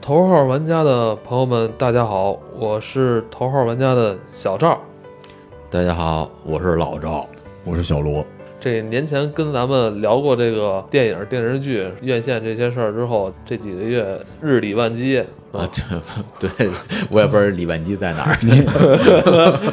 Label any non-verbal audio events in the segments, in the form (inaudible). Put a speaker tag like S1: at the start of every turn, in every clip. S1: 头号玩家的朋友们，大家好，我是头号玩家的小赵。
S2: 大家好，我是老赵。
S3: 我是小罗，
S1: 这年前跟咱们聊过这个电影、电视剧、院线这些事儿之后，这几个月日理万机 (laughs)
S2: 啊，这对我也不知道李万基在哪儿。
S3: (laughs)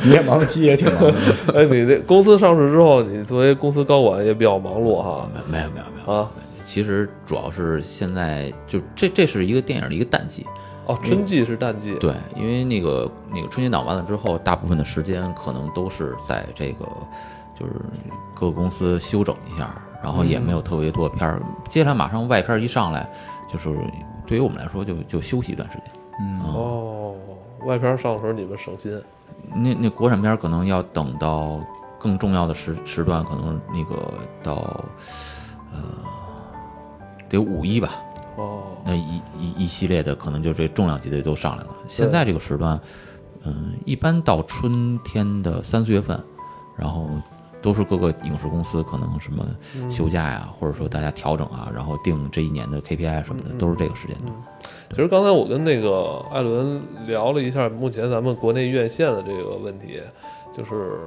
S3: 你也忙，鸡也挺忙的。
S1: 哎，你这公司上市之后，你作为公司高管也比较忙碌哈
S2: 没没有没有没有，
S1: 啊
S2: (laughs) 其实主要是现在就这这是一个电影的一个淡季，
S1: 哦，春季是淡季，
S2: 对，因为那个那个春节档完了之后，大部分的时间可能都是在这个就是各个公司休整一下，然后也没有特别多的片儿。接下来马上外片儿一上来，就是对于我们来说就就休息一段时间。
S3: 嗯，
S1: 哦，外片上的时候你们省心，
S2: 那那国产片儿可能要等到更重要的时时段，可能那个到呃得五一吧，
S1: 哦，
S2: 那一一一系列的可能就这重量级的都上来了。现在这个时段，嗯，一般到春天的三四月份，然后都是各个影视公司可能什么休假呀、或者说大家调整啊，然后定这一年的 KPI 什么的，都是这个时间段。
S1: 其实刚才我跟那个艾伦聊了一下，目前咱们国内院线的这个问题，就是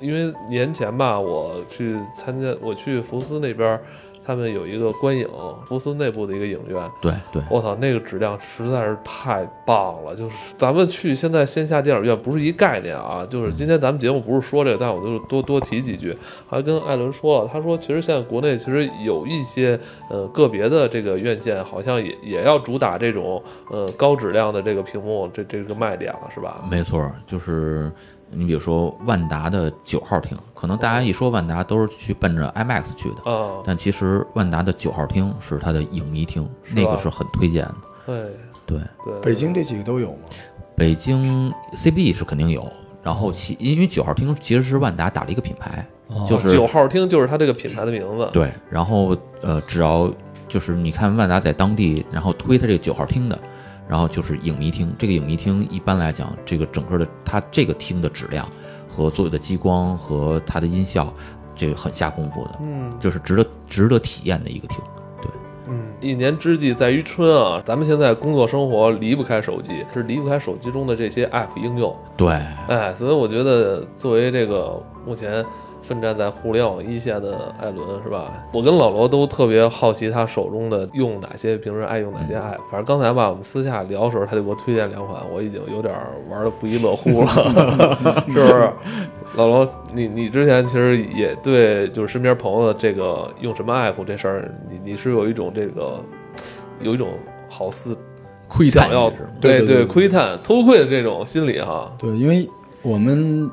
S1: 因为年前吧，我去参加，我去福斯那边儿，他们有一个观影，福斯内部的一个影院。
S2: 对对，
S1: 我操，那个质量实在是太棒了！就是咱们去现在线下电影院不是一概念啊，就是今天咱们节目不是说这个，但我就是多多提几句。还跟艾伦说了，他说其实现在国内其实有一些呃个别的这个院线好像也也要主打这种呃高质量的这个屏幕，这这个卖点了是吧？
S2: 没错，就是你比如说万达的九号厅，可能大家一说万达都是去奔着 IMAX 去的，
S1: 啊，
S2: 但其实万达的九号厅是它的影迷厅，
S1: 是吧
S2: 那个是很推荐的。
S1: 对
S2: 对，
S1: 对，
S3: (laughs) 北京这几个都有吗？
S2: 北京 CBD 是肯定有，然后其因为九号厅其实是万达打了一个品牌，就是
S1: 哦九号厅就是它这个品牌的名字。
S2: 对，然后呃，只要就是你看万达在当地，然后推它这个九号厅的，然后就是影迷厅。这个影迷厅一般来讲，这个整个的它这个厅的质量和所有的激光和它的音效，这个很下功夫的，
S1: 嗯
S2: 就是值得值得体验的一个厅。
S1: 嗯，一年之计在于春啊！咱们现在工作生活离不开手机，是离不开手机中的这些 app 应用。
S2: 对，
S1: 哎，所以我觉得作为这个目前奋战在互联网一线的艾伦是吧？我跟老罗都特别好奇他手中的用哪些，平时爱用哪些 app。反正刚才吧，我们私下聊的时候，他就给我推荐两款，我已经有点玩的不亦乐乎
S3: (laughs)
S1: 了， (laughs) 是不是？老罗，你你之前其实也对，就是身边朋友的这个用什么 app 这事儿，你你是有一种这个有一种好似
S2: 窥探
S1: 想要
S2: 欲是吗
S3: 对对
S1: 对
S3: 对
S1: 窥探偷窥的这种心理哈。
S3: 对，因为我们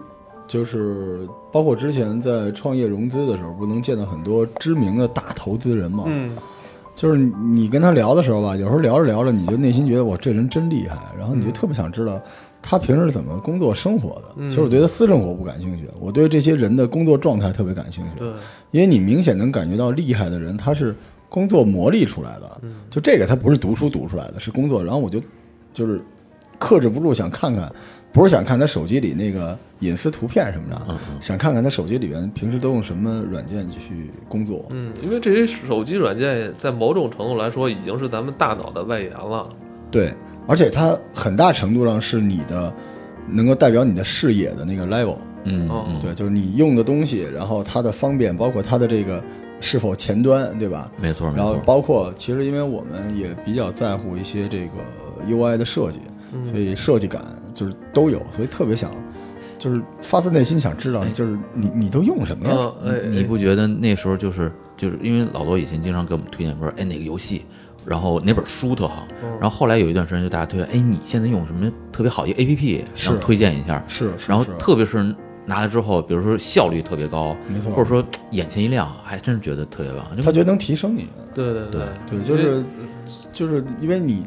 S3: 就是包括之前在创业融资的时候，不能见到很多知名的大投资人嘛。
S1: 嗯，
S3: 就是你跟他聊的时候吧，有时候聊着聊着，你就内心觉得我这人真厉害，然后你就
S1: 嗯
S3: 特别想知道他平时怎么工作生活的。
S1: 嗯
S3: 其实我对他私生活不感兴趣，我对这些人的工作状态特别感兴趣。
S1: 对。
S3: 因为你明显能感觉到厉害的人，他是工作磨砺出来的，就这个他不是读书读出来的，是工作。然后我就就是克制不住想看看，不是想看他手机里那个隐私图片什么
S2: 嗯
S3: 的，想看看他手机里边平时都用什么软件去工作。
S1: 嗯，因为这些手机软件在某种程度来说，已经是咱们大脑的外延了。
S3: 对，而且它很大程度上是你的能够代表你的视野的那个 level。
S2: 嗯
S1: 嗯
S2: 嗯，
S3: 对，就是你用的东西，然后它的方便，包括它的这个是否前端，对吧？
S2: 没错没
S3: 然后
S2: 错。
S3: 包括其实因为我们也比较在乎一些这个 UI 的设计，嗯
S1: 嗯
S3: 所以设计感就是都有，所以特别想就是发自内心想知道，就是你你都用什么呀？
S1: 嗯，哎，
S2: 你不觉得那时候就是就是因为老罗以前经常给我们推荐说，哎哪个游戏，然后哪本书特好，
S3: 嗯
S2: 然后后来有一段时间就大家推荐，哎你现在用什么特别好一个 A P P，然后
S3: 是
S2: 推荐一下，
S3: 是，是
S2: 然后
S3: 是
S2: 特别是拿来之后，比如说效率特别高，
S3: 没错
S2: 或者说眼前一亮，还真是觉得特别棒。
S3: 他觉得能提升你，
S1: 对对对
S3: 对，就是就是因为你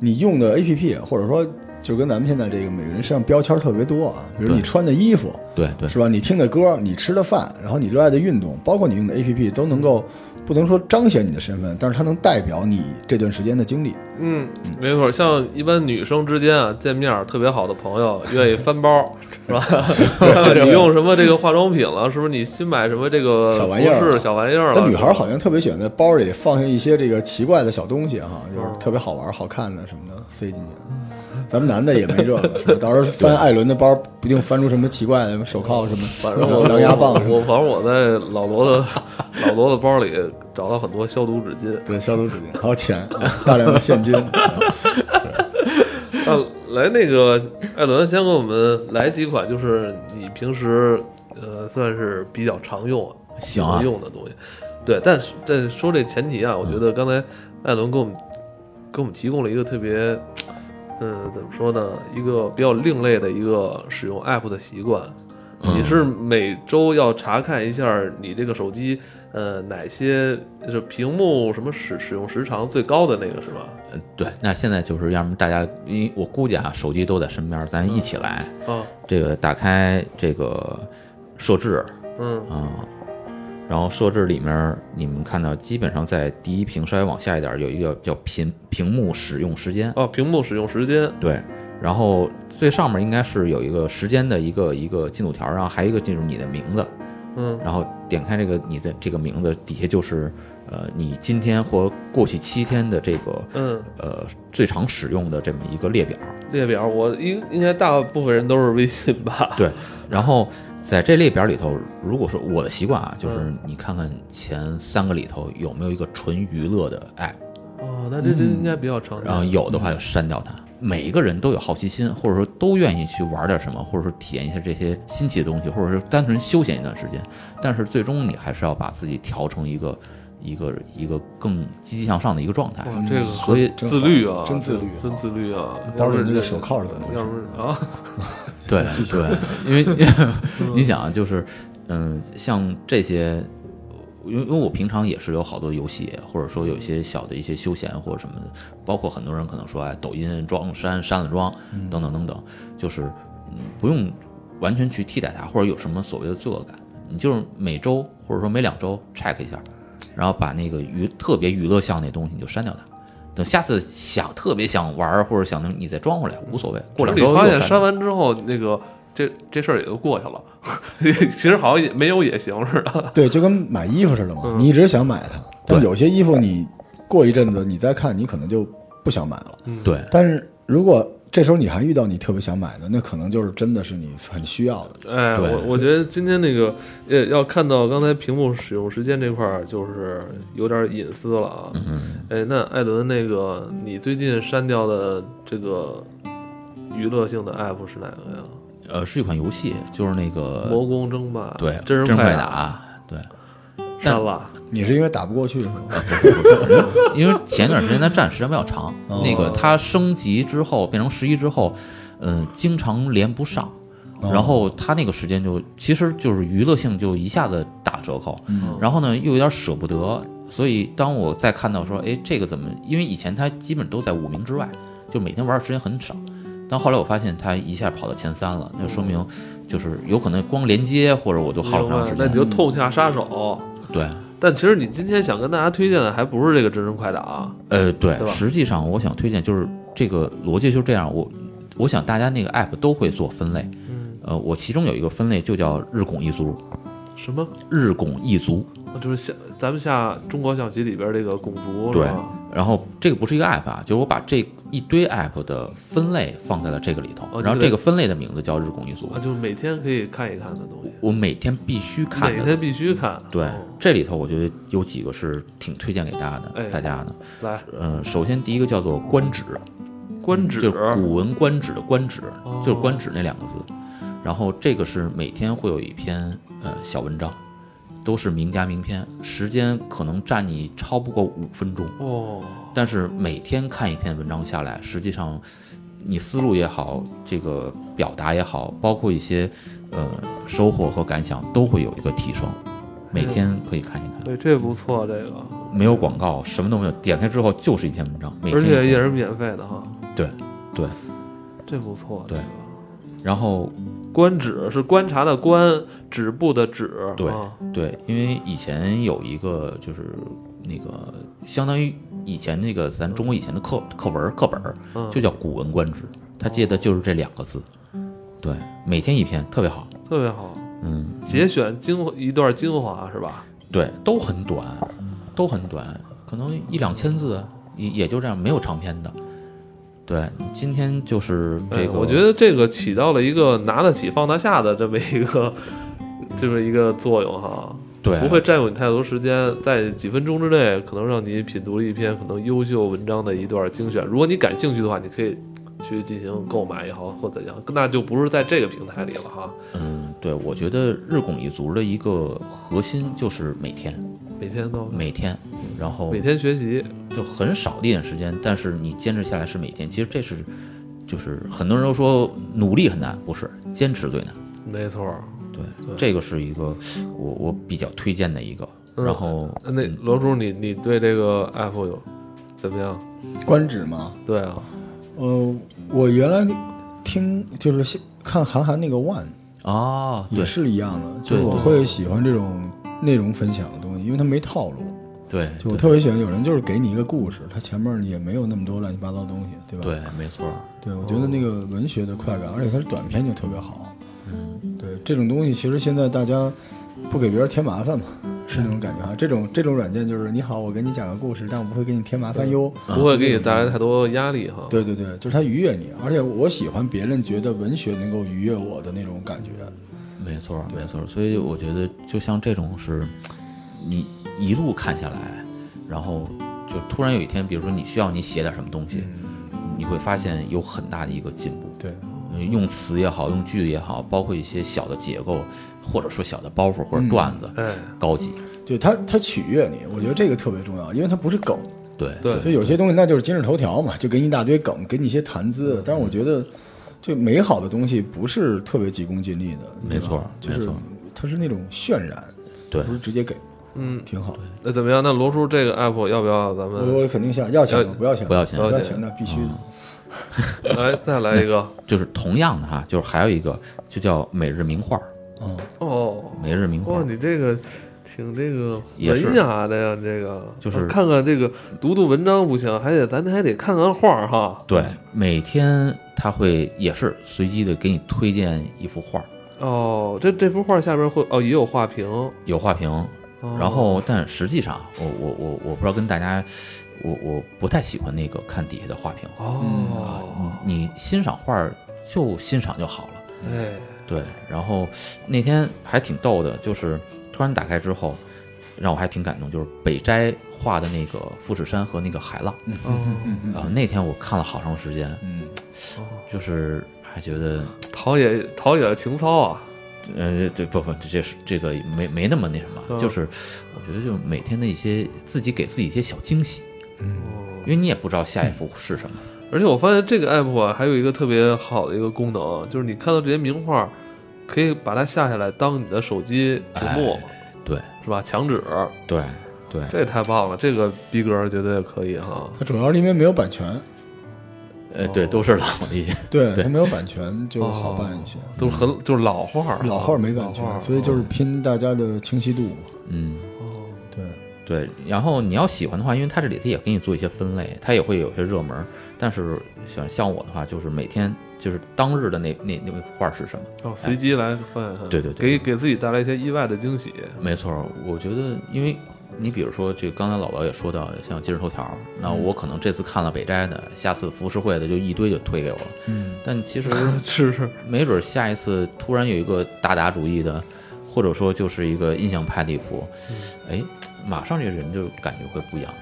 S3: 你用的 APP 或者说。就跟咱们现在这个每个人身上标签特别多啊，比如
S2: 对
S3: 你穿的衣服，
S2: 对对
S1: 嗯
S3: 是吧？你听的歌，你吃的饭，然后你热爱的运动，包括你用的 APP，都能够不能说彰显你的身份，但是它能代表你这段时间的经历。
S1: 嗯，没错，像一般女生之间啊，见面儿特别好的朋友，愿意翻包，
S3: (laughs)
S1: 是吧？看看你用什么这个化妆品了，是不是你新买什么这个
S3: 小玩意儿
S1: 服饰小玩意儿了？
S3: 那女孩儿好像特别喜欢在包里放下一些这个奇怪的小东西哈，
S1: 嗯
S3: 就是特别好玩、好看的什么的塞进去。咱们男的也没这个，是吧到时候翻艾伦的包，不定翻出什么奇怪的什么手铐什么，
S1: (laughs) 反正我
S3: 狼牙棒什
S1: 我
S3: 么。
S1: 我反正我在老罗的老罗的包里找到很多消毒纸巾。
S3: 对，消毒纸巾，还有钱，大量的现金。
S1: 那呃来那个艾伦，先给我们来几款，就是你平时呃算是比较常用啊，
S2: 行啊嗯
S1: 常用的东西。对，但是在说这前提啊，我觉得刚才艾伦给我们给我们提供了一个特别。嗯，怎么说呢？一个比较另类的一个使用 app 的习惯，
S2: 嗯
S1: 你是每周要查看一下你这个手机，呃，哪些就是屏幕什么使使用时长最高的那个是吧？
S2: 呃对，那现在就是要么大家，因为我估计啊，手机都在身边，咱一起来，
S1: 啊，
S2: 这个打开这个设置
S1: 嗯
S2: 啊、然后设置里面你们看到，基本上在第一屏稍微往下一点有一个叫屏屏幕使用时间，
S1: 哦，屏幕使用时间，
S2: 对，然后最上面应该是有一个时间的一个一个进度条，然后还有一个就是你的名字，
S1: 嗯
S2: 然后点开这个你的这个名字底下就是呃你今天或过去七天的这个
S1: 嗯，
S2: 呃最常使用的这么一个列表，
S1: 列表我应应该大部分人都是微信吧？
S2: 对，然后在这列表里头，如果说我的习惯啊，就是
S1: 嗯
S2: 你看看前三个里头有没有一个纯娱乐的 app，
S1: 哦，那这这应该比较常见。
S2: 嗯然后有的话就删掉它。每一个人都有好奇心，或者说都愿意去玩点什么，或者说体验一下这些新奇的东西，或者是单纯休闲一段时间。但是最终你还是要把自己调成一个一个一个更积极向上的一个状态。
S1: 哇，这个
S2: 所以
S1: 嗯自律啊，
S3: 真自律
S1: 真自律啊！
S3: 包里
S1: 要不
S3: 那个
S1: 这
S3: 手铐是怎么回事
S1: 要不
S3: (laughs)
S1: 啊， (laughs)
S2: 对对，因为你想啊，就是嗯，像这些，因为因为我平常也是有好多游戏，或者说有一些小的一些休闲或者什么的，包括很多人可能说，哎，抖音装删删了装，
S1: 嗯
S2: 等等等等，就是嗯，不用完全去替代它，或者有什么所谓的罪恶感，你就是每周或者说每两周 check 一下，然后把那个娱特别娱乐项那东西你就删掉它。等下次想特别想玩儿或者想那，你再装回来无所谓。过两
S1: 你
S2: 周又
S1: 发现删
S2: 删掉
S1: 完之后，那个这这事儿也就过去了。 (laughs) 其实好像也没有也行似的。
S3: 对，就跟买衣服似的嘛，
S1: 嗯
S3: 你一直想买它，但
S2: 对
S3: 有些衣服你过一阵子你再看，你可能就不想买了。
S2: 对，
S3: 但是如果这时候你还遇到你特别想买的，那可能就是真的是你很需要的。
S1: 哎，
S2: 对
S1: 我我觉得今天那个呃，要看到刚才屏幕使用时间这块儿，就是有点隐私了啊。
S2: 嗯，
S1: 哎，那艾伦，那个你最近删掉的这个娱乐性的 app 是哪个呀？
S2: 呃，是一款游戏，就是那个
S1: 魔宫争霸，
S2: 呃对
S1: 真人
S2: 人
S1: 快
S2: 快
S1: 打
S2: 打，对，
S1: 删了。
S3: 你是因为打不过去是吗？
S2: 因为前一段时间它站时间比
S1: (laughs)
S2: 较长，
S3: 哦
S2: 那个它升级之后变成十一之后，嗯、经常连不上。
S1: 哦
S2: 然后它那个时间就，其实就是娱乐性就一下子打折扣，
S1: 嗯
S2: 然后呢又有点舍不得，所以当我再看到说，哎，这个怎么？因为以前它基本都在五名之外，就每天玩的时间很少，但后来我发现它一下跑到前三了，那说明就是有可能光连接或者我都耗了
S1: 明白
S2: 很长时，
S1: 啊那你。
S2: 间
S1: 就痛下杀手。
S2: 对，
S1: 但其实你今天想跟大家推荐的还不是这个真人快打，啊
S2: 呃，对
S1: 对，吧
S2: 实际上我想推荐就是这个逻辑就是这样，我我想大家那个 app 都会做分类，
S1: 嗯，
S2: 呃，我其中有一个分类就叫日拱一卒，
S1: 什么？
S2: 日拱一卒，
S1: 啊就是下咱们下中国象棋里边这个拱卒是
S2: 对
S1: 吧？
S2: 然后这个不是一个 app 啊，就是我把这一堆 app 的分类放在了这个里头
S1: 哦，
S2: 然后
S1: 这个
S2: 这个分类的名字叫日拱一卒
S1: 啊，，就是每天可以看一看的东西，
S2: 我每天必须看
S1: 每
S2: 的。嗯
S1: 天必须看。
S2: 对
S1: 哦，
S2: 这里头我觉得有几个是挺推荐给大家
S1: 哎
S2: 的，大家的。
S1: 来
S2: 呃，首先第一个叫做官职，
S1: 官
S2: 嗯就
S1: 职
S2: 是，古文官职的官职，
S1: 哦
S2: 就是官职那两个字。然后这个是每天会有一篇呃小文章，都是名家名篇，时间可能占你超不过五分钟，
S1: 哦，
S2: 但是每天看一篇文章下来，实际上你思路也好，这个表达也好，包括一些呃收获和感想，都会有一个提升。每天可以看一看，
S1: 对，这不错，这个，
S2: 没有广告，什么都没有，点开之后就是一篇文章，每天
S1: 而
S2: 一篇
S1: 且也是免费的哈，
S2: 对对。
S1: 这不错，这
S2: 对
S1: 个
S2: 然后
S1: 观止是观察的观，止步的止。
S2: 对
S1: 啊
S2: 对，因为以前有一个就是那个相当于以前那个咱中国以前的课课文课本儿
S1: 嗯，
S2: 就叫《古文观止》，它借的就是这两个字。对，每天一篇，特别好。
S1: 特别好，
S2: 嗯，
S1: 节选精华一段精华是吧？
S2: 对，都很短，都很短，可能一两千字，啊也也就这样，没有长篇的。对，今天就是
S1: 哎
S2: 这个，
S1: 我觉得这个起到了一个拿得起放得下的这么一个这么一个作用哈，
S2: 对
S1: 不会占用你太多时间，在几分钟之内可能让你品读了一篇可能优秀文章的一段精选。如果你感兴趣的话，你可以去进行购买也好或怎样，那就不是在这个平台里了哈。
S2: 嗯，对，我觉得日拱一卒的一个核心就是每天，
S1: 每天都
S2: 每天，然后
S1: 每天学习，
S2: 就很少的一点时间，但是你坚持下来是每天。其实这是，就是很多人都说努力很难，不是，坚持最难。
S1: 没错儿。
S2: 对，
S1: 对
S2: 这个是一个我我比较推荐的一个。
S3: 嗯
S1: 嗯
S2: 然后
S1: 那罗叔，你你对这个 app 有怎么样？
S3: 官职吗？
S1: 对啊，
S3: 呃，我原来听就是西看韩寒那个《One》
S2: 啊，
S3: 也
S2: 对
S3: 是一样的，就
S2: 对
S3: 是我
S2: 对
S3: 会喜欢这种内容分享的东西，因为它没套路。
S2: 对，
S3: 就我特别喜欢有人就是给你一个故事，他前面也没有那么多乱七八糟的东西，对吧？
S2: 对，没错，
S3: 对，我觉得那个文学的快感，而且它是短篇就特别好。嗯，对，这种东西其实现在大家不给别人添麻烦嘛，是那种感觉哈。这种这种软件就是你好，我给你讲个故事，但我不会给你添麻烦哟。啊
S1: 不会给你带来太多压力哈。
S3: 对对对，就是它愉悦你，而且我喜欢别人觉得文学能够愉悦我的那种感觉。
S2: 没错，没错。所以我觉得，就像这种是，你一路看下来，然后就突然有一天，比如说你需要你写点什么东西，
S3: 嗯
S2: 你会发现有很大的一个进步。
S3: 对，
S2: 嗯用词也好，用句子也好，包括一些小的结构，或者说小的包袱或
S3: 嗯
S2: 者段子，
S1: 哎，
S2: 高级。
S3: 就它它取悦你，我觉得这个特别重要，因为它不是梗。
S2: 对
S1: 对
S3: 就有些东西那就是今日头条嘛，就给你一大堆梗，给你一些谈资。但是我觉得，就美好的东西不是特别急功近利的，对
S2: 没
S3: 吧
S2: 错
S3: 就是
S2: 没错
S3: 它是那种渲染，
S2: 对
S3: 不是直接给，
S1: 嗯，
S3: 挺好。
S1: 那怎么样？那罗叔这个 app 要不要咱们
S3: 我我肯定下，要钱
S1: 要
S3: 的不要钱的，
S2: 不要钱
S3: 不
S1: 了
S3: 要
S1: 解
S3: 钱的必须的。
S1: 来再来一个？
S2: 就是同样的哈，就是还有一个就叫每日名画儿，
S3: 嗯，
S1: 哦，
S2: 每日名画
S1: 哇，
S2: 儿。
S1: 你这个挺这个
S2: 也是
S1: 文雅的呀，你这个啊
S2: 就是
S1: 看看这个读读文章不行，还得咱还得看看画儿哈。
S2: 对，每天他会也是随机的给你推荐一幅画儿，
S1: 哦，这这幅画下边会哦也有画屏，
S2: 有画评，
S1: 哦
S2: 然后，但实际上，我我我我不知道跟大家，我我不太喜欢那个看底下的画评。
S1: 哦，
S2: 你欣赏画儿就欣赏就好了。
S1: 哎，
S2: 对，然后那天还挺逗的，就是突然打开之后，让我还挺感动，就是北斋画的那个富士山和那个海浪。
S1: 哦，
S3: (laughs) 嗯
S2: 然后那天我看了好长时间，
S3: 嗯，
S2: 就是还觉得，
S1: 陶冶陶冶了情操啊。
S2: 呃，对，不不，这这是这个没没那么那什
S1: 嗯
S2: 么，就是我觉得就每天的一些自己给自己一些小惊喜。
S1: 哦
S2: 因为你也不知道下一幅是什么。
S1: 而且我发现这个 app 啊，还有一个特别好的一个功能，啊就是你看到这些名画，可以把它下下来当你的手机屏幕，
S2: 哎对
S1: 是吧？墙纸，
S2: 对对
S1: 这也太棒了，这个逼格绝对可以哈。
S3: 它主要是因为没有版权，
S2: 呃，对，都是老的一些。
S3: 对
S2: 对
S3: 它没有版权就
S1: 哦
S3: 好办一些。
S1: 都是很就是老画儿，
S3: 老画没版
S1: 老画
S3: 权，所以
S2: 哦
S3: 就是拼大家的清晰度嘛。
S2: 嗯，
S1: 哦
S3: 对，
S2: 对。然后你要喜欢的话，因为它这里它也给你做一些分类，它也会有些热门儿。但是像像我的话，就是每天就是当日的那那那幅画是什么？
S1: 哦，随机来翻一翻，
S2: 对对
S1: 给
S2: 对
S1: 给自己带来一些意外的
S3: (laughs)
S1: 惊喜，
S2: 没错儿，我觉得因为。你比如说，这刚才老王也说到，像今日头条，那我可能这次看了北斋的，下次浮世绘的就一堆就推给我了。
S3: 嗯，
S2: 但其 (laughs) 实
S1: 是是，
S2: 没准下一次突然有一个大达主义的，或者说就是一个印象派的一幅，哎，马上这个人就感觉会不一样，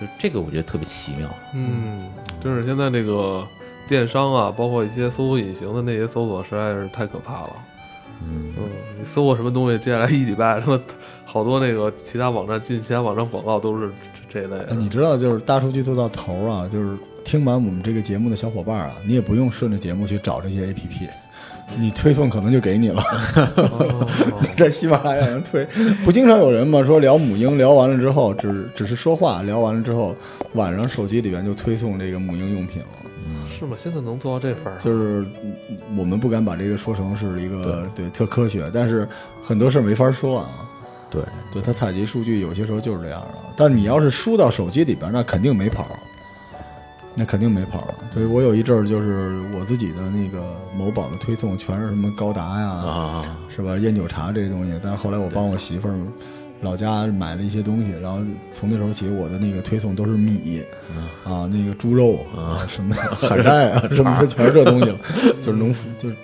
S2: 就这个我觉得特别奇妙。
S1: 嗯，真是现在这个电商啊，包括一些搜索引擎的那些搜索，实在是太可怕了。
S2: 嗯，
S1: 嗯，你搜过什么东西？接下来一礼拜，什么好多那个其他网站进其他网站广告都是这这一类
S3: 哎
S1: 的。
S3: 你知道，就是大数据做到头儿啊，就是听完我们这个节目的小伙伴儿啊，你也不用顺着节目去找这些 APP，你推送可能就给你了。
S1: 哦
S3: (laughs) 在喜马拉雅上推，不经常有人嘛说聊母婴，聊完了之后只只是说话，聊完了之后晚上手机里边就推送这个母婴用品了。
S1: 是吗？现在能做到这份儿？啊
S3: 就是嗯我们不敢把这个说成是一个对特科学，但是很多事儿没法说啊。
S2: 对，
S3: 对，它采集数据有些时候就是这样的。但你要是输到手机里边儿，那肯定没跑，那肯定没跑。对我有一阵儿就是我自己的那个某宝的推送全是什么高达呀，
S2: 啊，
S3: 是吧？烟酒茶这些东西，但是后来我帮我媳妇儿老家买了一些东西，然后从那时候起，我的那个推送都是米
S2: 嗯
S3: 啊，那个猪肉啊，什
S2: (laughs)
S3: 么海带啊，什么的，全是这东西了，就是农夫，就是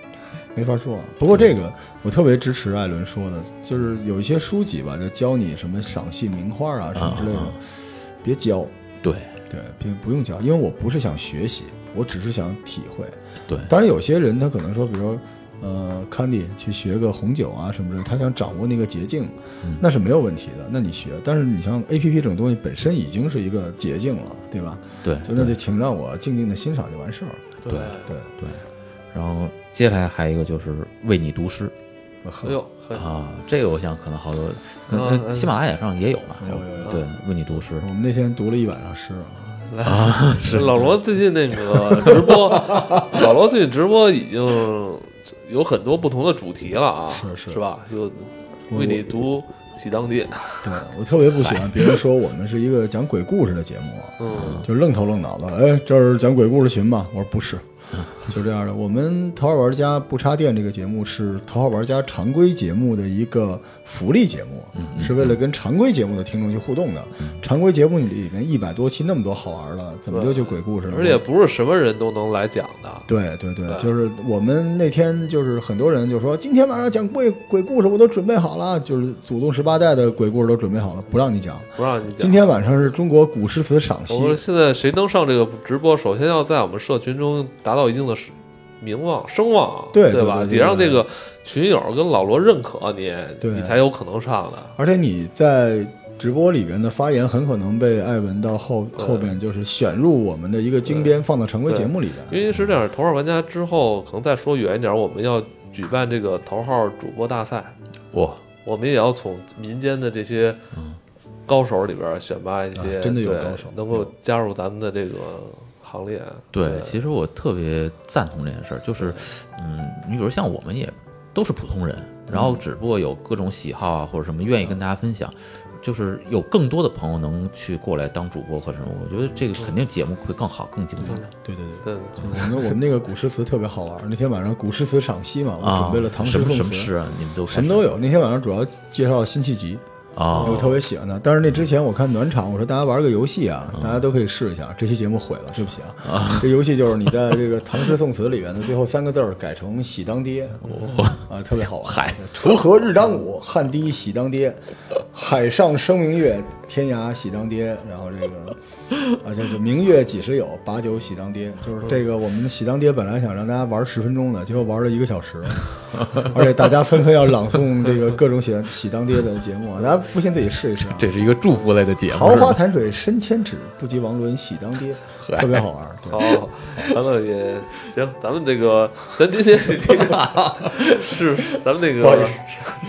S3: 没法说。啊不过这个我特别支持艾伦说的，就是有一些书籍吧，就教你什么赏析名画啊什么之类的
S2: 啊啊，
S3: 别教，
S2: 对
S3: 对，别不用教，因为我不是想学习，我只是想体会。
S2: 对，
S3: 当然，有些人他可能说，比如说，呃，Candy 去学个红酒啊什么之类，他想掌握那个捷径，那是没有问题的，那你学。但是你像 A P P 这种东西本身已经是一个捷径了，对吧？
S2: 对
S3: 就那就请让我静静的欣赏就完事儿了。
S1: 对，
S3: 对，
S2: 对。然后接下来还有一个就是为你读诗
S3: 我
S1: 哎
S3: 喝
S1: 呦，嘿
S2: 啊，这个我想可能好多，可
S1: 啊
S2: 能呃
S1: 嗯
S2: 喜马拉雅上也有吧？
S3: 呃有有有
S2: 对，为你读诗
S3: 我们那天读了一晚上诗啊，
S2: 啊，是
S1: 老罗最近那个直播，老罗最近直播已经有很多不同的主题了啊，
S3: 是
S1: 是
S3: 是
S1: 吧？就
S3: 我
S1: 为你读喜当地，
S3: (laughs) 对我特别不喜欢别人说我们是一个讲鬼故事的节目啊，
S1: 哎嗯，
S3: (laughs) 就愣头愣脑的，哎，这是讲鬼故事群吧？我说不
S1: (laughs)
S3: 是，就这样的。我们《头号玩家不插电》这个节目是《头号玩家》常规节目的一个福利节目，
S1: 嗯
S3: 是为了跟常规节目的听众去互动的。常规节目里面一百多期，那么多好玩的，怎么就就鬼故事了？
S1: 而且不是什么人都能来讲的，
S3: 对对对
S1: 对，
S3: 就是我们那天就是很多人就说，今天晚上讲鬼鬼故事我都准备好了，就是祖宗十八代的鬼故事都准备好了，不让你讲。
S1: 不让你讲。
S3: 今天晚上是中国古诗词赏析
S1: 我，
S2: 哦
S1: 说现在谁能上这个直播，首先要在我们社群中达到一定的名望、声望啊，
S3: 对
S1: 对吧？
S3: 对对对
S1: 得让这个群友跟老罗认可你，
S3: 对
S1: 你才有可能上的。
S3: 而且你在直播里边的发言很可能被艾文到后
S1: 对
S3: 后边就是选入我们的一个精编，放到常规节目里边。
S1: 因为是这样，头号玩家之后可能再说远一点，我们要举办这个头号主播大赛，
S2: 哇，
S1: 我们也要从民间的这些高手里边选拔一些，
S3: 啊真的有
S1: 对
S3: 高手
S1: 能够加入咱们的这个行列。
S2: 对，其实我特别赞同这件事儿，就是，嗯，你比如像我们也都是普通人，
S3: 嗯
S2: 然后只不过有各种喜好啊或者什么愿意跟大家分享，就是有更多的朋友能去过来当主播或者什么，我觉得
S3: 嗯
S2: 这个肯定节目会更好更精彩。
S3: 对对对。
S1: 对，
S3: 我们我们那个古诗词特别好玩， (laughs) 那天晚上古诗词赏析嘛，我
S2: 啊，
S3: 准备了唐
S2: 什
S3: 诗
S2: 么
S3: 宋
S2: 什么
S3: 词，
S2: 诗啊，你们都
S3: 什么都有。那天晚上主要介绍辛弃疾，
S2: 啊
S3: 我特别喜欢他。但是那之前我看暖场，我说大家玩个游戏啊，
S2: 嗯
S3: 大家都可以试一下。这期节目毁了，对不起啊。这游戏就是你在这个唐诗宋词里边的最后三个字儿改成“喜
S2: (laughs)
S3: 当爹”，啊，特别好玩。
S2: 哦嗨，
S3: 锄禾日当午，汗滴喜当爹。海上生明月，天涯喜当爹。然后这
S2: (laughs)
S3: 个，啊，就是明月几时有，把酒喜当爹。就是这个，我们的喜当爹本来想让大家玩十分钟的，结果玩了一个小时， (laughs) 而且大家纷纷要朗诵这个各种喜喜当爹的节目啊，大家不信自己试一试啊。
S2: 这是一个祝福类的节目，
S3: 桃花潭水深千尺，不及王伦喜当爹，
S2: (laughs)
S3: 特别好玩。对
S1: 好，咱们
S3: (laughs)
S1: 也行，咱们这个，咱今天这个是咱们那
S3: 不好意
S1: 个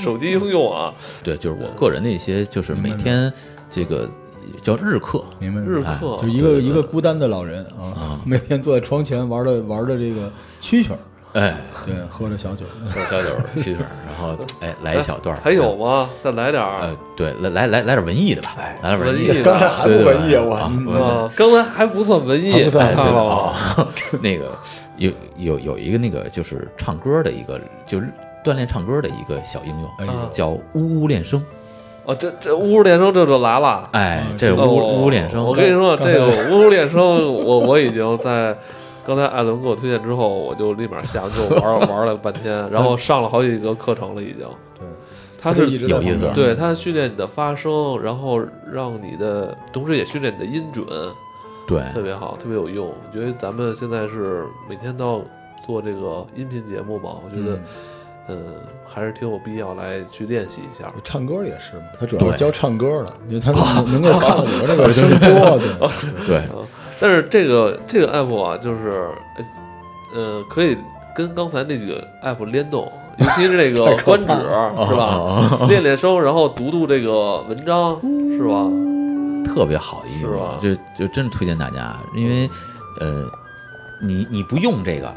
S1: 手机应用
S3: (laughs)
S1: 啊，
S2: 对，就是我个人的一些，就是每
S3: 明白
S2: 天这个呃叫日课，
S3: 明白
S1: 日
S3: 吗？
S1: 课
S3: 哎就一个一个孤单的老人啊，每天坐在窗前玩的玩的这个蛐蛐儿，
S2: 哎，
S3: 对，喝着小酒。
S2: 小酒七圈，然后哎来一小段儿，
S1: 还有吗？再来点
S3: 哎
S1: 儿啊
S2: 呃，对，来来来来点文艺的吧，来点文
S1: 文艺
S3: (laughs)
S2: 的，
S1: 的刚
S3: 才还不
S2: 对对
S3: 哎文艺
S2: 对
S3: 我
S2: 啊
S3: 嗯
S2: 文
S1: 啊，刚才还不算文艺，
S3: 还不算哦
S1: 看
S2: 对
S1: 到了
S2: 的
S1: 吗？
S2: 啊， (laughs) 那个有有有一个那个就是唱歌的一个，就是锻炼唱歌的一个小应
S3: 哎
S2: 用，
S1: 呦
S2: 叫呜呜练声。
S1: 哦，这这呜呜练声这就来了。
S2: 哎
S3: 啊，
S2: 这
S3: 这
S2: 个
S1: 哦
S2: 呜呜呜练声，
S1: 我跟你说，
S3: 刚才
S1: 这个呜呜练声，我我已经在刚才艾伦给我推荐之后，我就立马下完之后玩了玩了半天，然后上了好几个课程了，已经。
S3: 对，
S1: 他
S3: 就是一直
S2: 有
S3: 在
S2: 意思
S3: 旁边
S1: 对，它训练你的发声，然后让你的，同时也训练你的音准，
S2: 对
S1: 特别好，特别有用。我觉得咱们现在是每天都要做这个音频节目嘛，我觉得，嗯，还是挺有必要来去练习一下。
S3: 唱歌也是嘛，他主要
S2: 对啊
S3: 是教唱歌的，因为他能能够看到里边那个声波，对，
S2: 对，啊
S1: 但是这个这个 app 啊，就是，呃，可以跟刚才那几个 app 联
S2: (laughs)
S1: 动，尤其是这个官指是
S2: 啊
S1: 吧？练练声，然后读读这个文章是吧？
S2: 特别好的一
S1: 是吧嗯
S2: 个，就就真推荐大家，因为呃，你你不用这个，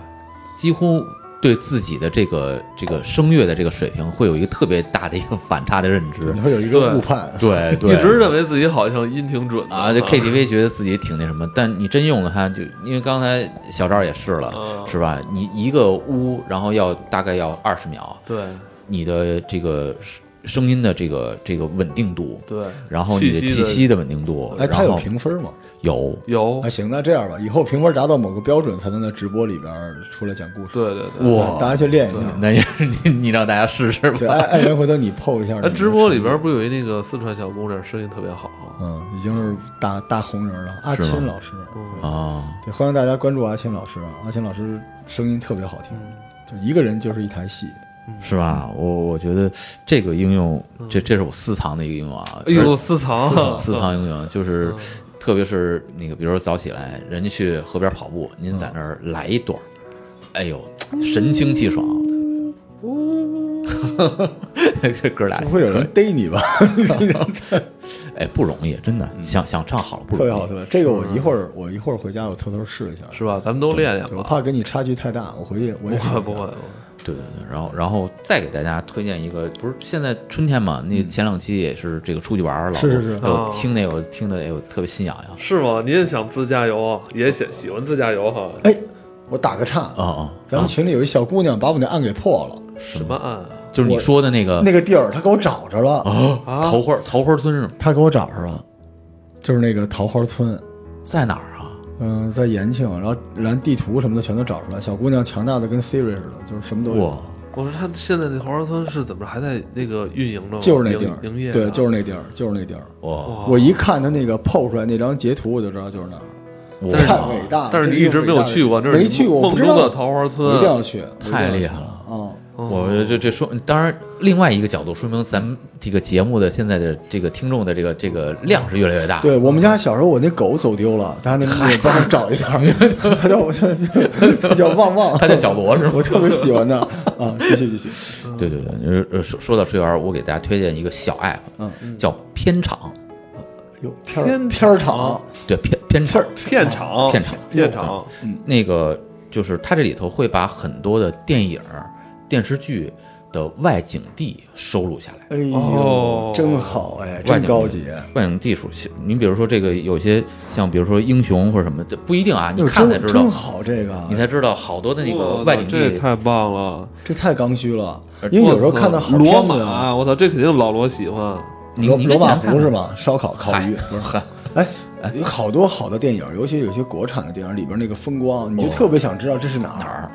S2: 几乎对自己的这个这个声乐的这个水平会有一个特别大的一个反差的认知
S3: 你。会有一
S1: 对
S3: 个误判。
S2: 对对，
S1: 一直认为自嗯己好像音挺准的
S2: 啊，这 KTV 觉得自己挺那什么，但你真用了它，就因为刚才小赵也试了，
S1: 嗯
S2: 是吧？你一个屋，然后要大概要二十秒，
S1: 对
S2: 你的这个声声音的这个这个稳定度，
S1: 对，
S2: 然后你的
S1: 气息
S2: 气
S1: 的
S2: 息哎的稳定度，
S3: 哎，他
S2: 然
S3: 有
S2: 后
S3: 评分吗？
S2: 有
S1: 有
S3: 啊，，行，那这样吧，以后评分达到某个标准，才能在直播里边儿出来讲故事。
S1: 对对对。
S2: 哇
S3: 大家去练一练。
S2: 啊那也是你你让大家试试
S3: 对，
S2: 吧。
S3: 艾艾伦，回头你 PO 一下。
S1: 哎，直播里边，不有一那个四川小姑娘声音特别好，
S2: 啊
S3: 嗯，已经是大大红人了，阿
S2: 是吗
S3: 钦老师。
S1: 嗯
S2: 啊，
S3: 对，欢迎大家关注阿钦老师啊，阿钦老师声音特别好听，
S1: 嗯
S3: 就一个人就是一台戏。
S2: 是吧？我我觉得这个应用，这这是我私藏的一个应用啊。
S1: 嗯哎呦，嗯私藏，
S2: 私藏应用，就是特别是那个，比如说早起来，人家去河边跑步，您
S1: 嗯
S2: 在那儿来一段儿，哎呦，神清气爽。
S1: (laughs)
S2: 这哥俩
S1: 嗯
S3: 不会有人逮你吧？
S2: 哎不容易，真
S1: 嗯
S2: 的想想唱好了不
S3: 特别
S2: 容
S3: 好，
S2: 易
S3: 特。别好这个我一会儿我一会儿回家我偷偷试一下。
S1: 是吧？咱们都练练
S3: 对我
S1: 吧。
S3: 怕跟你差距太大，我回去我
S1: 不
S3: 也试一
S1: 会
S3: 下
S1: 不会，
S2: 对对对，然后然后再给大家推荐一个，不是现在春天嘛？那前两期也是这个出去玩儿，老
S3: 是是是
S2: 哎我
S1: 嗯哦
S2: 听那个我听的哎呦特别心痒痒。
S1: 是吗？您也想自驾游啊？也喜喜欢自驾游哈？
S3: 哎，我打个岔，啊
S2: 哦哦，
S3: 咱们
S1: 啊
S3: 群里有一小姑娘把我们的案给破了，
S1: 什么
S2: 嗯
S1: 案啊？
S2: 就是你
S3: 我
S2: 说的那个
S3: 那个地儿她给我找着了，
S2: 哦，
S1: 啊
S2: 桃花桃花村是吗？
S3: 她给我找着了，就是那个桃花村，
S2: 在哪儿啊？
S3: 嗯，在延庆，然后然地图什么的全都找出来，小姑娘强大的跟 Siri 似的，就是什么都有。
S2: 哇，
S1: 我说他现在那桃花村是怎么着还在那个运营着吗？
S3: 就是那地儿，
S1: 营营业啊
S3: 对，就是是那地儿，就是那地儿。
S1: 哦
S2: 哇，
S3: 我一看他那个 PO 出来那张截图，我就知道就是那儿，
S2: 我
S1: 但是
S3: 太伟大了。
S1: 但是你
S3: 这
S1: 一直
S3: 个
S1: 没
S3: 伟
S1: 有
S3: 大的
S1: 去过，
S3: 地
S1: 这
S3: 儿
S1: 是
S3: 没
S1: 你
S3: 去过，我
S1: 梦
S3: 不知
S1: 中的
S3: 道，
S1: 桃花
S3: 我一定
S1: 村。
S3: 要去，我一定
S2: 太
S3: 要
S2: 厉
S3: 去
S2: 害了
S3: 啊！
S1: 嗯
S2: 我这这说，当然，另外一个角度说明咱们这个节目的现在的这个听众的这个这个量是越来越大。
S3: 对我们家小时候，我那狗走丢了，大家能帮我找一下，它叫我叫它叫旺旺，
S2: (laughs) 他叫小罗是吗
S3: (laughs) 我特别喜欢它啊！继续继续，
S2: 对对对，呃呃，说说到吹玩，我给大家推荐一个小 app，
S3: 嗯
S2: 叫片场，
S3: 哟，片
S1: 片
S3: 儿片儿
S1: 场
S3: 场，
S2: 对片片
S3: 片
S2: 场
S3: 儿，
S1: 片场，
S2: 片场
S1: 片场，
S2: 那个就是它这里头会把很多的电影、电视剧的外景地收录下来。
S3: 哎呦
S1: 哦，
S3: 真好哎，
S2: 外
S3: 真
S2: 景
S3: 高级，
S2: 外景地属性，你比如说这个有些像，比如说英雄或者什么，这不一定啊，你
S3: 哟
S2: 看才
S3: 真
S2: 知道
S3: 真，好这个，
S2: 你才知道好多的那
S1: 我
S2: 个
S1: 操
S2: 外景地。
S1: 这也太棒了！
S3: 这太刚需了，
S2: 呃
S3: 因为有时候看到好
S1: 罗
S3: 片子啊。
S1: 马，我操，这肯定老罗喜欢。
S2: 你
S3: 罗
S2: 你
S3: 罗马
S2: 看看
S3: 湖是吗？烧烤烤
S2: 嗨
S3: 鱼不是？
S1: (laughs)
S2: 嗨
S3: 哎，有好多好的电影，尤其有些国产的电影里边那个风光，
S2: 哦
S3: 你就特别想知道这是哪
S2: 哪
S3: 儿。
S2: 儿？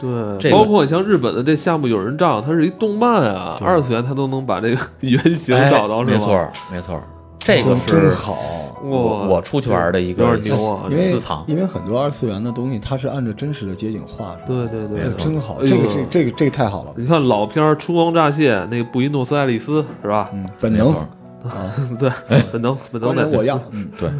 S1: 对，
S2: 这个
S1: 包括你像日本的这夏目友人帐，它是一动漫啊，二次元它都能把这个原型找到，是
S2: 哎没
S1: 吧？
S2: 错儿，没错儿，这个
S3: 哦真
S2: 是
S3: 好，
S2: 我
S1: 哇
S2: 我出去玩的一个
S1: 有点牛啊！
S3: 因为
S2: 私藏
S3: 因为很多二次元的东西，它是按照真实的街景画出来的。
S1: 对对
S3: 哎
S1: 对，
S3: 真好，
S1: 哎呦
S3: 这个这这个这个太好了，
S1: 你看老片儿《春光乍泄》，那个布宜诺斯艾利斯是吧？
S3: 嗯，本
S2: 没
S3: 能
S2: 错儿
S3: 啊，
S1: 对，
S2: 哎
S1: (laughs) 本能本
S3: 当
S1: 能的
S3: 然我要，嗯，
S2: 对，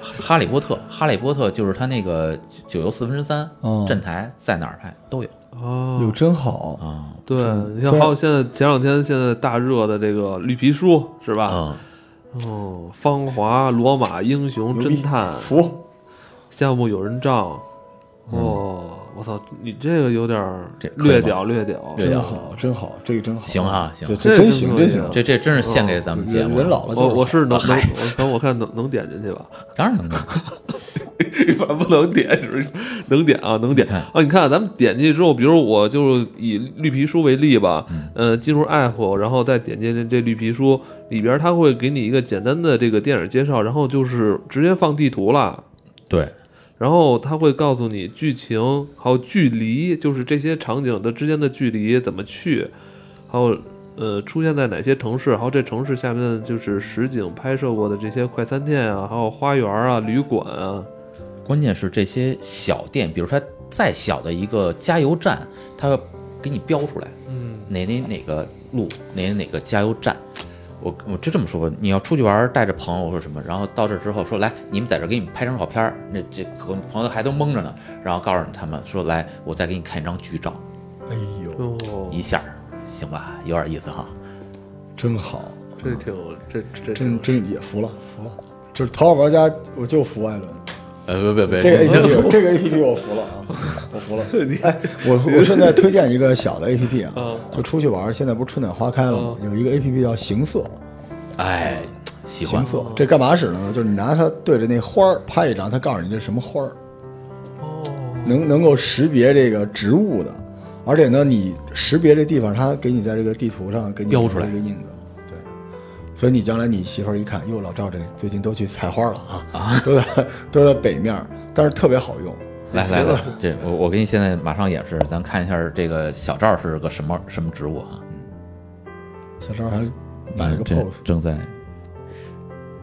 S2: 哈利波特，哈利波特就是他那个九又四分之三
S3: 哦
S2: 站台在哪儿拍都有
S1: 哦
S3: 有真好，
S2: 啊，
S1: 对，
S3: 嗯
S1: 你像
S3: 虽然
S1: 还有现在前两天现在大热的这个绿皮书是吧？
S2: 嗯，
S1: 哦，芳华、罗马、英雄、
S3: 牛逼
S1: 侦探、
S3: 服，
S1: 夏目友人帐。哦，我操，你这个有点儿
S2: 嗯这可以吗
S1: 略屌略屌，
S2: 略对
S3: 真
S2: 啊
S3: 好，真好，这个真好，
S2: 行哈行
S3: 这
S1: 这
S3: 这真
S1: 真
S3: 行
S1: 可
S3: 真
S1: 以
S3: 行
S1: 啊，
S2: 这这真是献给咱们节
S3: 人
S2: 目了
S3: 人老了就
S1: 我我是能能，
S2: 嗨
S1: 我看我看能能点进去吧，
S2: 当然能弄，
S1: (laughs) 一般不能点是不是？能点啊，能点
S2: 看
S1: 啊！你看咱们点进去之后，比如我就是以绿皮书为例吧，嗯，进入 app，然后再点进这绿皮书里边，它会给你一个简单的这个电影介绍，然后就是直接放地图了。
S2: 对，
S1: 然后它会告诉你剧情，还有距离，就是这些场景的之间的距离怎么去，还有呃出现在哪些城市，还有这城市下面的就是实景拍摄过的这些快餐店啊，还有花园啊、旅馆啊，
S2: 关键是这些小店，比如说它再小的一个加油站，它要给你标出来，嗯，哪哪哪个路，哪哪个加油站。我我就这么说吧，你要出去玩儿，带着朋友或者什么，然后到这之后说来，你们在这儿给你们拍张照片儿，那这可能朋友还都蒙着呢，然后告诉他们说来，我再给你看一张剧照，
S3: 哎呦，
S1: 哦，
S2: 一下儿行吧，有点意思哈。
S3: 真好，
S1: 这挺这这挺
S3: 真真也服了，服了，就是《头号玩家》，我就服艾伦，
S2: 呃，别
S1: 哎
S2: 别别，
S3: 这个 A
S2: 那
S3: P P，这个 A P P 我服了啊，我服
S1: (laughs)
S3: 了。哎，我我顺带推荐一个小的 A P P 啊
S1: 嗯，
S3: 就出去玩儿，现在不是春暖花开了吗？有一个 A P P 叫行色，
S2: 哎，喜欢
S3: 行色这干嘛使呢？就是你拿它对着那花儿拍一张，它告诉你这是什么花儿，
S1: 哦，
S3: 能能够识别这个植物的，而且呢，你识别这地方，它给你在这个地图上给你
S2: 标出来
S3: 一个印子，对。所以你将来你媳妇儿一看，哟，老赵这最近都去采花了啊，都在都在北面儿，但是特别好用。
S2: 来来来，这我我给你现在马上演示，咱看一下这个小赵是个什么什么植物啊？
S3: 小赵还摆了个
S2: 嗯正
S3: pose，
S2: 正在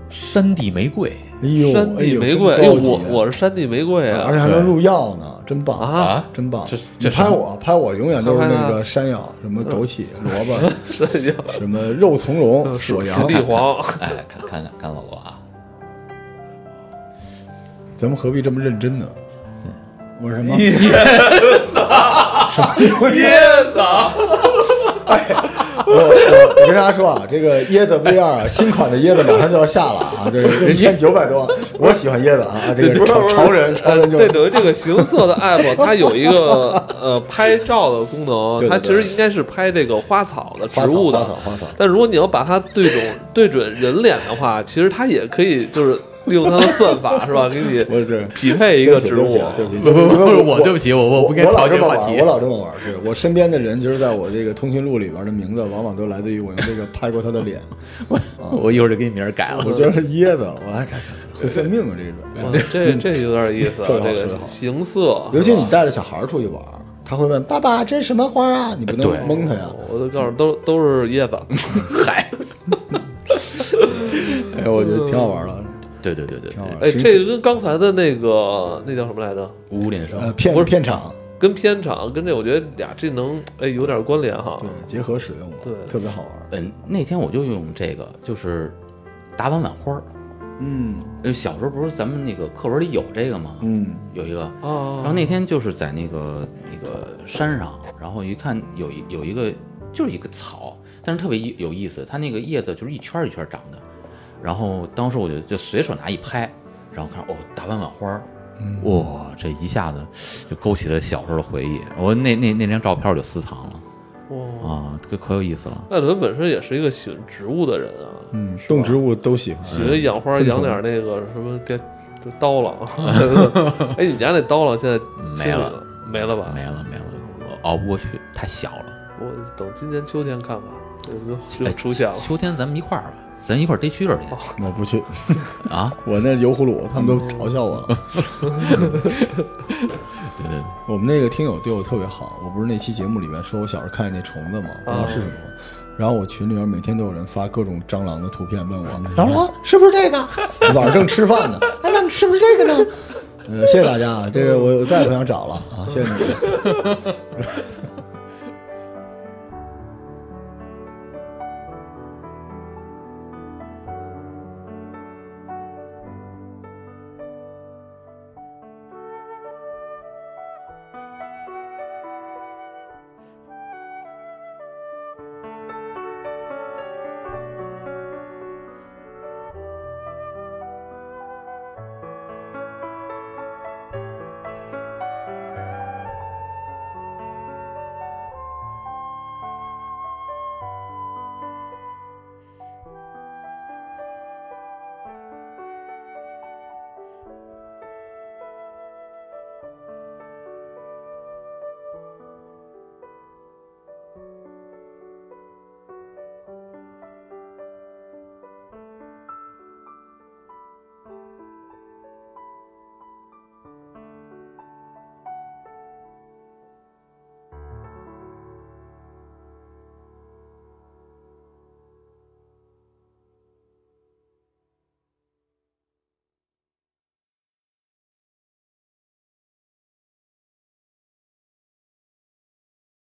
S2: 山地玫瑰
S3: 哎呦，
S1: 山地玫瑰，哎，
S3: 哎呦，真高级
S1: 我我是山地玫瑰
S3: 而且
S1: 啊，
S3: 还能入药呢，真棒！
S1: 啊，
S3: 真棒！
S2: 这
S3: 你
S2: 这
S3: 拍
S2: 什么
S3: 我，拍我永远都是
S1: 他拍他
S3: 那个山药，什么枸杞、萝卜，
S1: 山
S3: (laughs)
S1: 地
S3: 什么肉苁蓉、锁
S1: 土
S3: 阳
S1: 地。黄，
S2: (laughs)
S1: (laughs)
S2: 哎，看看看看老罗啊，
S3: 咱们何必这么认真呢？我是什么？
S1: 椰子。
S3: 我我我跟大家说啊，这个椰子 VR 啊，新款的椰子马上就要下了啊，这个一千九百多。我喜欢椰子啊，这个潮潮人潮人就
S1: 呃对，等于这个行色的 app，它有一个呃拍照的功能，
S3: 对对对
S1: 它其实应该是拍这个花草的、
S3: 花
S1: 植
S3: 草
S1: 物
S3: 花
S1: 的
S3: 草。花草。
S1: 但如果你要把它对准对准人脸的话，其实它也可以就是利用它的算法是吧，给你
S3: 我是
S1: 匹配一
S3: 对
S1: 个
S3: 不起
S1: 植
S3: 对不
S1: 物
S3: 起。对不起，
S2: 不不不
S3: 因为
S2: 不 (laughs) 我对不起我我不该
S3: 我老
S2: 跳
S3: 这
S2: 这
S3: 么
S2: 个话
S3: 玩儿，
S2: 题
S3: 我老这么玩儿。对我身边的人，其实在我这个通讯录里边的名字，往往都来自于我用这个拍过他
S2: (laughs)
S3: 的脸。
S2: 我我一会儿就给你名儿改了
S3: 我。觉得是椰子，我还会算命啊，这个
S1: 哇
S3: 人。
S1: 这这有点意
S3: (laughs)
S1: 思啊，
S3: 特别好
S1: 这个
S3: 特别好
S1: 行色。
S3: 尤其你带着小孩儿出去玩儿，他会问爸爸这是什么花儿啊？你不能
S2: 对
S3: 蒙他呀。
S1: 我都告诉都都是椰子，
S2: 嗨，哎，我觉得
S3: 挺好玩儿的，
S2: 对对对对，
S3: 挺好玩儿。
S1: 哎，
S3: 行
S1: 这个跟刚才的那个那叫什么来着？
S2: 无脸生
S3: 呃片
S1: 不是
S3: 片
S2: 啊
S3: 场
S1: 跟片场跟这我觉得俩技能哎有点关联哈
S3: 对。结合使用嘛，
S1: 对
S3: 特别好玩儿。
S2: 嗯，那天我就用这个，就是打碗碗花儿。
S3: 嗯
S2: 呃，小时候不是咱们那个课文里有这个吗？
S3: 嗯，
S2: 有一个。然后
S1: 哦，
S2: 那天就是在那个那个山上，然后一看有一有一个就是一个草，但是特别有意思，它那个叶子就是一圈儿一圈儿长的。然后当时我就就随手拿一拍，然后看哦，打碗碗花儿，
S1: 嗯
S2: 哇、这一下子就勾起了小时候的回忆。我那那那张照片我就私藏了
S1: 哇。
S2: 啊，可可有意思了。
S1: 艾伦本身也是一个喜欢植物的人啊，
S3: 嗯，动植物都喜欢。
S1: 喜欢养花，
S3: 嗯
S1: 养点那个什么这这刀
S3: (laughs)
S1: 郎。哎，你们家那刀郎现在清理了，没了吧？
S2: 没了没了，我熬不过去，太小了。
S1: 我等今年秋天看看，这就
S2: 哎
S1: 就出现了。
S2: 秋天咱们一块儿吧，咱一块儿逮蛐蛐儿去、
S3: 我不去，
S2: 啊！
S3: (laughs) 我那油葫芦，他们都嘲笑
S2: (laughs)
S3: 我了。
S2: 对对对，
S3: 我们那个听友对我特别好，我不是那期节目里面说我小时候看见那虫子吗？不知道是什么。
S2: 啊
S3: 然后我群里面每天都有人发各种蟑螂的图片，问我
S2: 嗯
S3: 老罗是不是这个？晚上正吃饭呢， (laughs) 哎，那是不是这个呢？呃，谢谢大家啊，这个我我再也不想找了啊，谢谢你们。